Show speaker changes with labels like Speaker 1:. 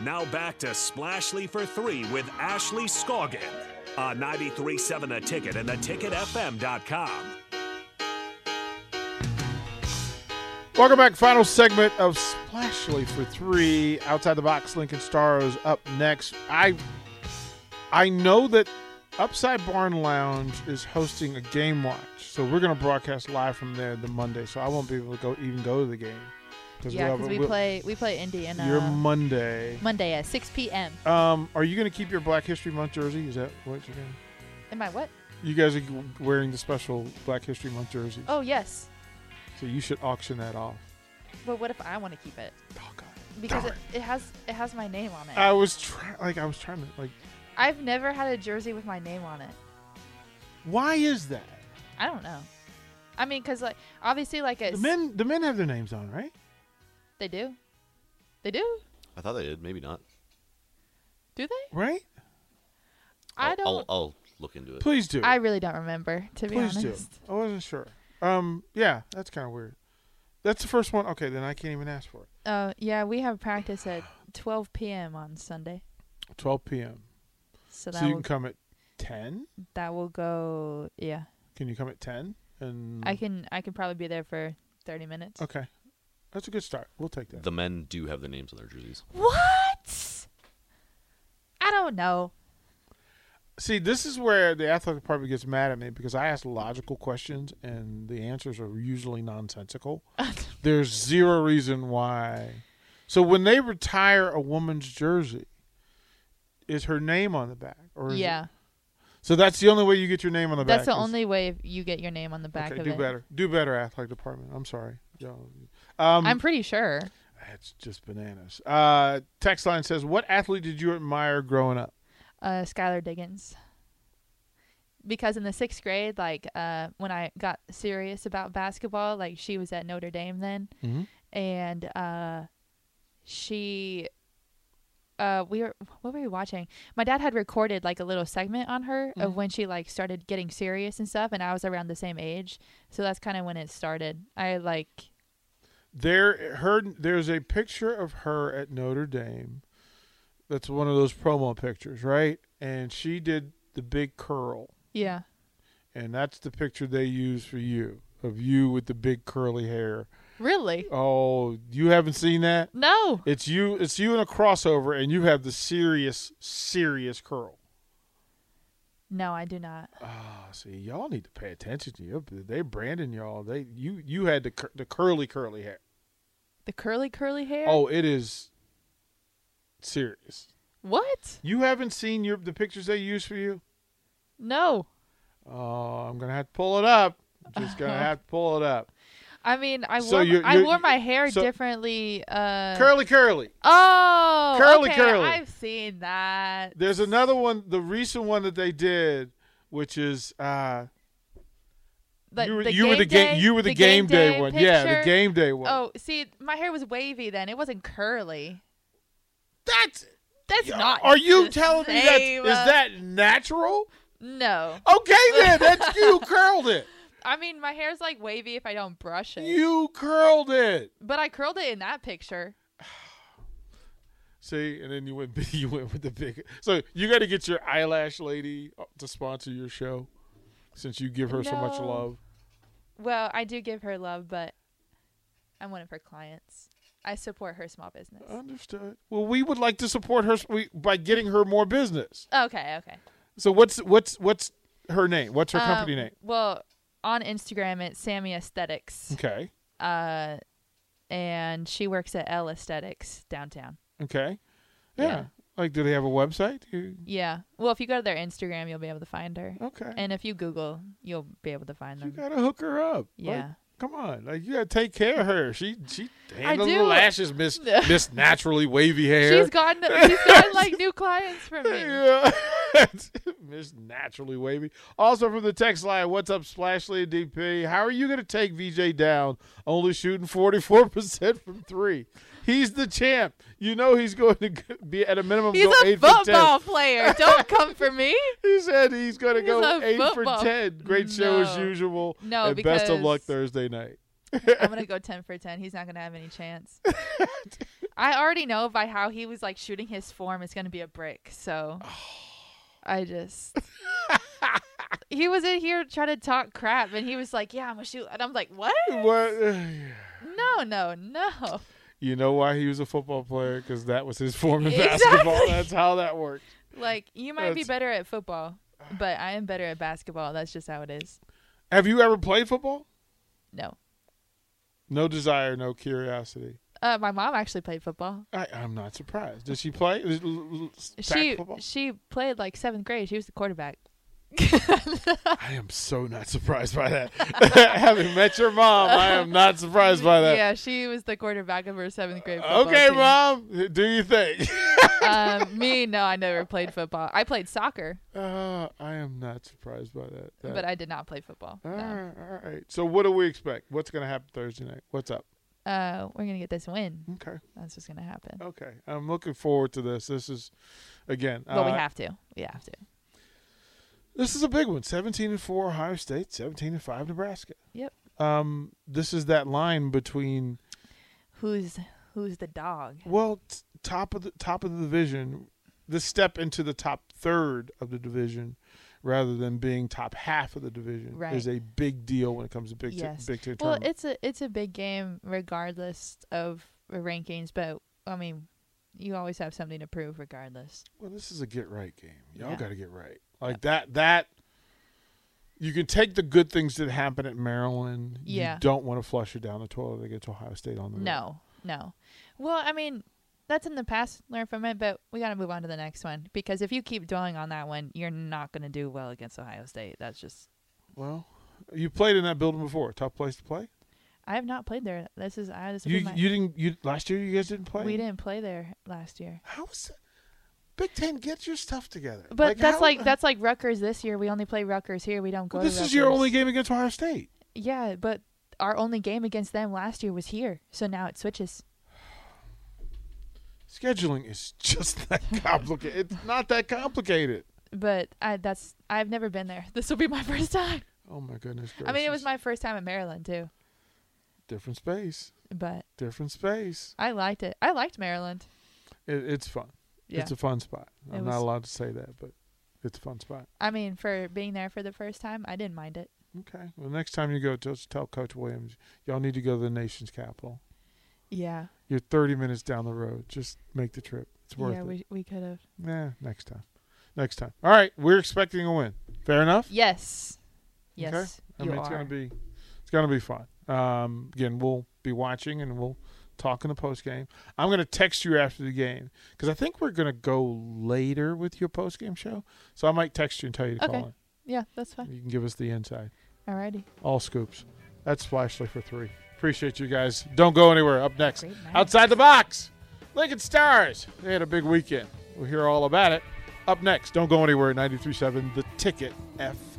Speaker 1: Now back to Splashly for three with Ashley Scoggin on 937 a ticket and theticketfm.com.
Speaker 2: Welcome back. Final segment of Splashly for three. Outside the box, Lincoln Stars up next. I I know that Upside Barn Lounge is hosting a game watch, so we're going to broadcast live from there the Monday. So I won't be able to go even go to the game because
Speaker 3: Yeah, because we play uh, we play Indiana
Speaker 2: your Monday.
Speaker 3: Monday at 6 p.m.
Speaker 2: Um, are you going to keep your Black History Month jersey? Is that what you're going?
Speaker 3: Am I what?
Speaker 2: You guys are wearing the special Black History Month jersey,
Speaker 3: Oh yes.
Speaker 2: so you should auction that off.
Speaker 3: But what if I want to keep it?
Speaker 2: Oh, God.
Speaker 3: Because
Speaker 2: Darn
Speaker 3: it, it has it has my name on it.
Speaker 2: I was trying, like, I was trying to, like,
Speaker 3: I've never had a jersey with my name on it.
Speaker 2: why is that?
Speaker 3: I don't know. I mean, because like obviously, like
Speaker 2: The
Speaker 3: it's,
Speaker 2: men, the men have their names on, right?
Speaker 3: they do, they do,
Speaker 4: I thought they did. Maybe not.
Speaker 3: do they?
Speaker 2: Right?
Speaker 3: I'll, I
Speaker 4: I'll-
Speaker 3: do not
Speaker 4: I'll, I'll look into it.
Speaker 2: Please do.
Speaker 3: I really don't remember to be
Speaker 2: Please do.
Speaker 3: honest.
Speaker 2: I wasn't sure. Um, yeah, that's kind of weird. That's the first one. Okay, then I can't even ask for it.
Speaker 3: Uh, yeah, we have practice at 12 p.m. on Sunday,
Speaker 2: 12 p.m.
Speaker 3: so that
Speaker 2: So you can
Speaker 3: will,
Speaker 2: come at 10.
Speaker 3: that will go. Yeah,
Speaker 2: Can you come at 10? And
Speaker 3: I can I can probably be there for 30 minutes.
Speaker 2: Okay, that's a good start. We'll take that.
Speaker 4: The men do have their names on their jerseys.
Speaker 3: What? I don't know.
Speaker 2: See, this is where the athletic department gets mad at me because I ask logical questions and the answers are usually nonsensical. There's zero reason why. So when they retire a woman's jersey, is her name on the back? Or is it-
Speaker 3: yeah,
Speaker 2: So that's the only way you get your name on the back.
Speaker 3: that's the
Speaker 2: is-
Speaker 3: only way you get your name on the back
Speaker 2: Okay,
Speaker 3: of
Speaker 2: do
Speaker 3: it.
Speaker 2: better. Do better, athletic department. I'm sorry. Y'all- Um,
Speaker 3: I'm pretty sure.
Speaker 2: it's just bananas. Uh, text line says, "What athlete did you admire growing up?"
Speaker 3: uh, Skylar Diggins. Because in the sixth grade, like uh, when I got serious about basketball, like she was at Notre Dame then,
Speaker 2: Mhm.
Speaker 3: and uh, she, uh, we were what were we watching? My dad had recorded like a little segment on her
Speaker 2: Mm-hmm.
Speaker 3: of when she like started getting serious and stuff, and I was around the same age, so that's kind of when it started. I like,
Speaker 2: There, her. There's a picture of her at Notre Dame. That's one of those promo pictures, right? And she did the big curl,
Speaker 3: yeah,
Speaker 2: and that's the picture they use for you of you with the big curly hair.
Speaker 3: really,
Speaker 2: Oh, you haven't seen that?
Speaker 3: no,
Speaker 2: It's you. It's you in a crossover, and you have the serious, serious curl.
Speaker 3: no, I do not.
Speaker 2: Ah, see, y'all need to pay attention to you. They branding y'all. They you you had the cur- the curly curly hair.
Speaker 3: The curly curly hair.
Speaker 2: Oh, it is serious.
Speaker 3: what?
Speaker 2: You haven't seen your the pictures they use for you.
Speaker 3: No.
Speaker 2: Oh, I'm gonna have to pull it up. Just gonna have to pull it up.
Speaker 3: I mean, I
Speaker 2: So
Speaker 3: wore
Speaker 2: you're-
Speaker 3: I
Speaker 2: you're-
Speaker 3: wore my hair
Speaker 2: so-
Speaker 3: differently. Uh,
Speaker 2: Curly curly.
Speaker 3: oh,
Speaker 2: Curly,
Speaker 3: okay,
Speaker 2: curly.
Speaker 3: I've seen that.
Speaker 2: There's another one. The recent one that they did, which is uh,
Speaker 3: Like,
Speaker 2: you were
Speaker 3: the
Speaker 2: you were the
Speaker 3: game.
Speaker 2: game you were the, game, day, one. Yeah, the
Speaker 3: picture.
Speaker 2: game day one.
Speaker 3: Oh, see, my hair was wavy then. It wasn't curly.
Speaker 2: that's
Speaker 3: That's not.
Speaker 2: Are you
Speaker 3: the
Speaker 2: telling me that
Speaker 3: same.
Speaker 2: is that natural?
Speaker 3: No,
Speaker 2: Okay, then that's you curled it.
Speaker 3: I mean my hair's like wavy if I don't brush it.
Speaker 2: You curled it.
Speaker 3: but I curled it in that picture.
Speaker 2: See, and then you went you went with the big. So you got to get your eyelash lady uh, to sponsor your show, since you give her so much
Speaker 3: No.
Speaker 2: love.
Speaker 3: Well, I do give her love, but I'm one of her clients. I support her small business.
Speaker 2: Oh. Understood. Well, we would like to support her s- we, by getting her more business.
Speaker 3: Okay, okay.
Speaker 2: So what's what's what's her name? What's her company
Speaker 3: Um,
Speaker 2: name?
Speaker 3: Well, on Instagram it's Sammy Aesthetics.
Speaker 2: Okay,
Speaker 3: Uh and she works at L Aesthetics downtown.
Speaker 2: okay, yeah.
Speaker 3: Yeah.
Speaker 2: Like, do they have a website? You-
Speaker 3: Yeah. Well, if you go to their Instagram, you'll be able to find her.
Speaker 2: Okay,
Speaker 3: And if you Google, you'll be able to find
Speaker 2: you
Speaker 3: them.
Speaker 2: gotta hook her up. Like,
Speaker 3: Yeah.
Speaker 2: Come on, like you gotta take care of her. She she handles
Speaker 3: do.
Speaker 2: her lashes, miss miss naturally wavy hair.
Speaker 3: She's gotten she's gotten like new clients from me.
Speaker 2: Yeah. miss naturally wavy. Also from the text line, what's up, Splashly DP? How are you gonna take VJ down? Only shooting forty four percent from three. He's the champ. You know he's going to g- be at a minimum
Speaker 3: He's
Speaker 2: go
Speaker 3: a
Speaker 2: eight for ten.
Speaker 3: football player. Don't come for me.
Speaker 2: He said he's going to
Speaker 3: He's
Speaker 2: go
Speaker 3: a
Speaker 2: eight
Speaker 3: football-
Speaker 2: for ten. Great show as
Speaker 3: No.
Speaker 2: usual.
Speaker 3: No,
Speaker 2: and best of luck
Speaker 3: because-
Speaker 2: Thursday night.
Speaker 3: I'm gonna go ten for ten. He's not gonna have any chance. I already know by how he was like shooting his form it's gonna be a brick. So I just he was in here trying to talk crap, and he was like, "Yeah, I'm gonna shoot," and I'm like, "What?
Speaker 2: What?
Speaker 3: No, no, no."
Speaker 2: You know why he was a football player? Because that was his form of
Speaker 3: Exactly.
Speaker 2: basketball. That's how that worked.
Speaker 3: Like you might be
Speaker 2: That's-
Speaker 3: better at football, but I am better at basketball. That's just how it is.
Speaker 2: Have you ever played football?
Speaker 3: No,
Speaker 2: No desire, no curiosity.
Speaker 3: uh, my mom actually played football.
Speaker 2: I, I'm not surprised. Did she play? Is it l- l- sack
Speaker 3: She
Speaker 2: football?
Speaker 3: she played like seventh grade. She was the quarterback.
Speaker 2: I am so not surprised by that. Having met your mom, I am not surprised by that.
Speaker 3: Yeah, she was the quarterback of her seventh grade. football
Speaker 2: okay,
Speaker 3: team.
Speaker 2: mom, do you think?
Speaker 3: um, me, no, I never played football. I played soccer,
Speaker 2: uh, I am not surprised by that. That-
Speaker 3: but I did not play football.
Speaker 2: all
Speaker 3: no.
Speaker 2: right, all right. So, what do we expect? What's going to happen Thursday night? What's up?
Speaker 3: Uh, we're gonna get this win.
Speaker 2: Okay,
Speaker 3: That's what's gonna happen.
Speaker 2: okay. I'm looking forward to this. This is, again,
Speaker 3: But we
Speaker 2: uh,
Speaker 3: have to. We have to.
Speaker 2: This is a big one. 17 and 4 Ohio State, 17 and 5 Nebraska.
Speaker 3: Yep.
Speaker 2: Um this is that line between
Speaker 3: Who's who's the dog?
Speaker 2: well t- top of the top of the division, the step into the top third of the division rather than being top half of the division
Speaker 3: Right.
Speaker 2: is a big deal when it comes to big Ten-
Speaker 3: Yes.
Speaker 2: big Ten
Speaker 3: Well,
Speaker 2: tournament.
Speaker 3: it's a it's a big game regardless of rankings, but I mean, you always have something to prove regardless.
Speaker 2: well, this is a get right game. Y'all
Speaker 3: Yeah.
Speaker 2: got to get right. Like that that you can take the good things that happen at Maryland.
Speaker 3: Yeah.
Speaker 2: You don't want to flush it down the toilet to get to Ohio State on the road.
Speaker 3: No, no. Well, I mean, that's in the past. Learn from it, but we got to move on to the next one because if you keep dwelling on that one, you're not gonna do well against Ohio State. That's just
Speaker 2: Well, you played in that building before. Tough place to play.
Speaker 3: I have not played there. This is I this will be
Speaker 2: You
Speaker 3: my-
Speaker 2: you didn't you last year. You guys didn't play.
Speaker 3: we didn't play there last year.
Speaker 2: How is that? Big Ten, get your stuff together.
Speaker 3: But that's
Speaker 2: how-
Speaker 3: like that's like Rutgers this year. We only play Rutgers here. We don't go.
Speaker 2: Well,
Speaker 3: to
Speaker 2: this is your
Speaker 3: Rutgers.
Speaker 2: only game against Ohio State.
Speaker 3: Yeah, but our only game against them last year was here, so now it switches.
Speaker 2: Scheduling is just that complicated. it's not that complicated.
Speaker 3: But I that's I've never been there. This will be my first time.
Speaker 2: Oh my goodness gracious!
Speaker 3: I mean, it was my first time in Maryland too.
Speaker 2: different space,
Speaker 3: But
Speaker 2: different space.
Speaker 3: I liked it. I liked Maryland.
Speaker 2: It, it's fun.
Speaker 3: Yeah.
Speaker 2: It's a fun spot.
Speaker 3: It
Speaker 2: I'm
Speaker 3: was-
Speaker 2: not allowed to say that, but it's a fun spot.
Speaker 3: I mean, for being there for the first time, I didn't mind it.
Speaker 2: Okay. Well, next time you go, just tell Coach Williams, y'all need to go to the nation's capital.
Speaker 3: Yeah.
Speaker 2: You're 30 minutes down the road. Just make the trip. It's worth
Speaker 3: yeah,
Speaker 2: it.
Speaker 3: we we could have.
Speaker 2: Nah, next time. Next time. All right, we're expecting a win. Fair enough.
Speaker 3: Yes. Yes.
Speaker 2: I
Speaker 3: you
Speaker 2: mean, it's
Speaker 3: are.
Speaker 2: gonna be, it's gonna be fun. Um, again, we'll be watching and we'll talk in the post game. I'm gonna text you after the game because I think we're gonna go later with your post game show. So I might text you and tell you to
Speaker 3: Okay.
Speaker 2: call
Speaker 3: yeah, that's
Speaker 2: in.
Speaker 3: fine.
Speaker 2: You can give us the inside,
Speaker 3: Alrighty.
Speaker 2: all scoops. That's Flashlight for three. Appreciate you guys. Don't go anywhere. Up next,
Speaker 3: Great night.
Speaker 2: outside the box, Lincoln Stars. They had a big weekend. We'll hear all about it. Up next, don't go anywhere. 93.7 The Ticket FM.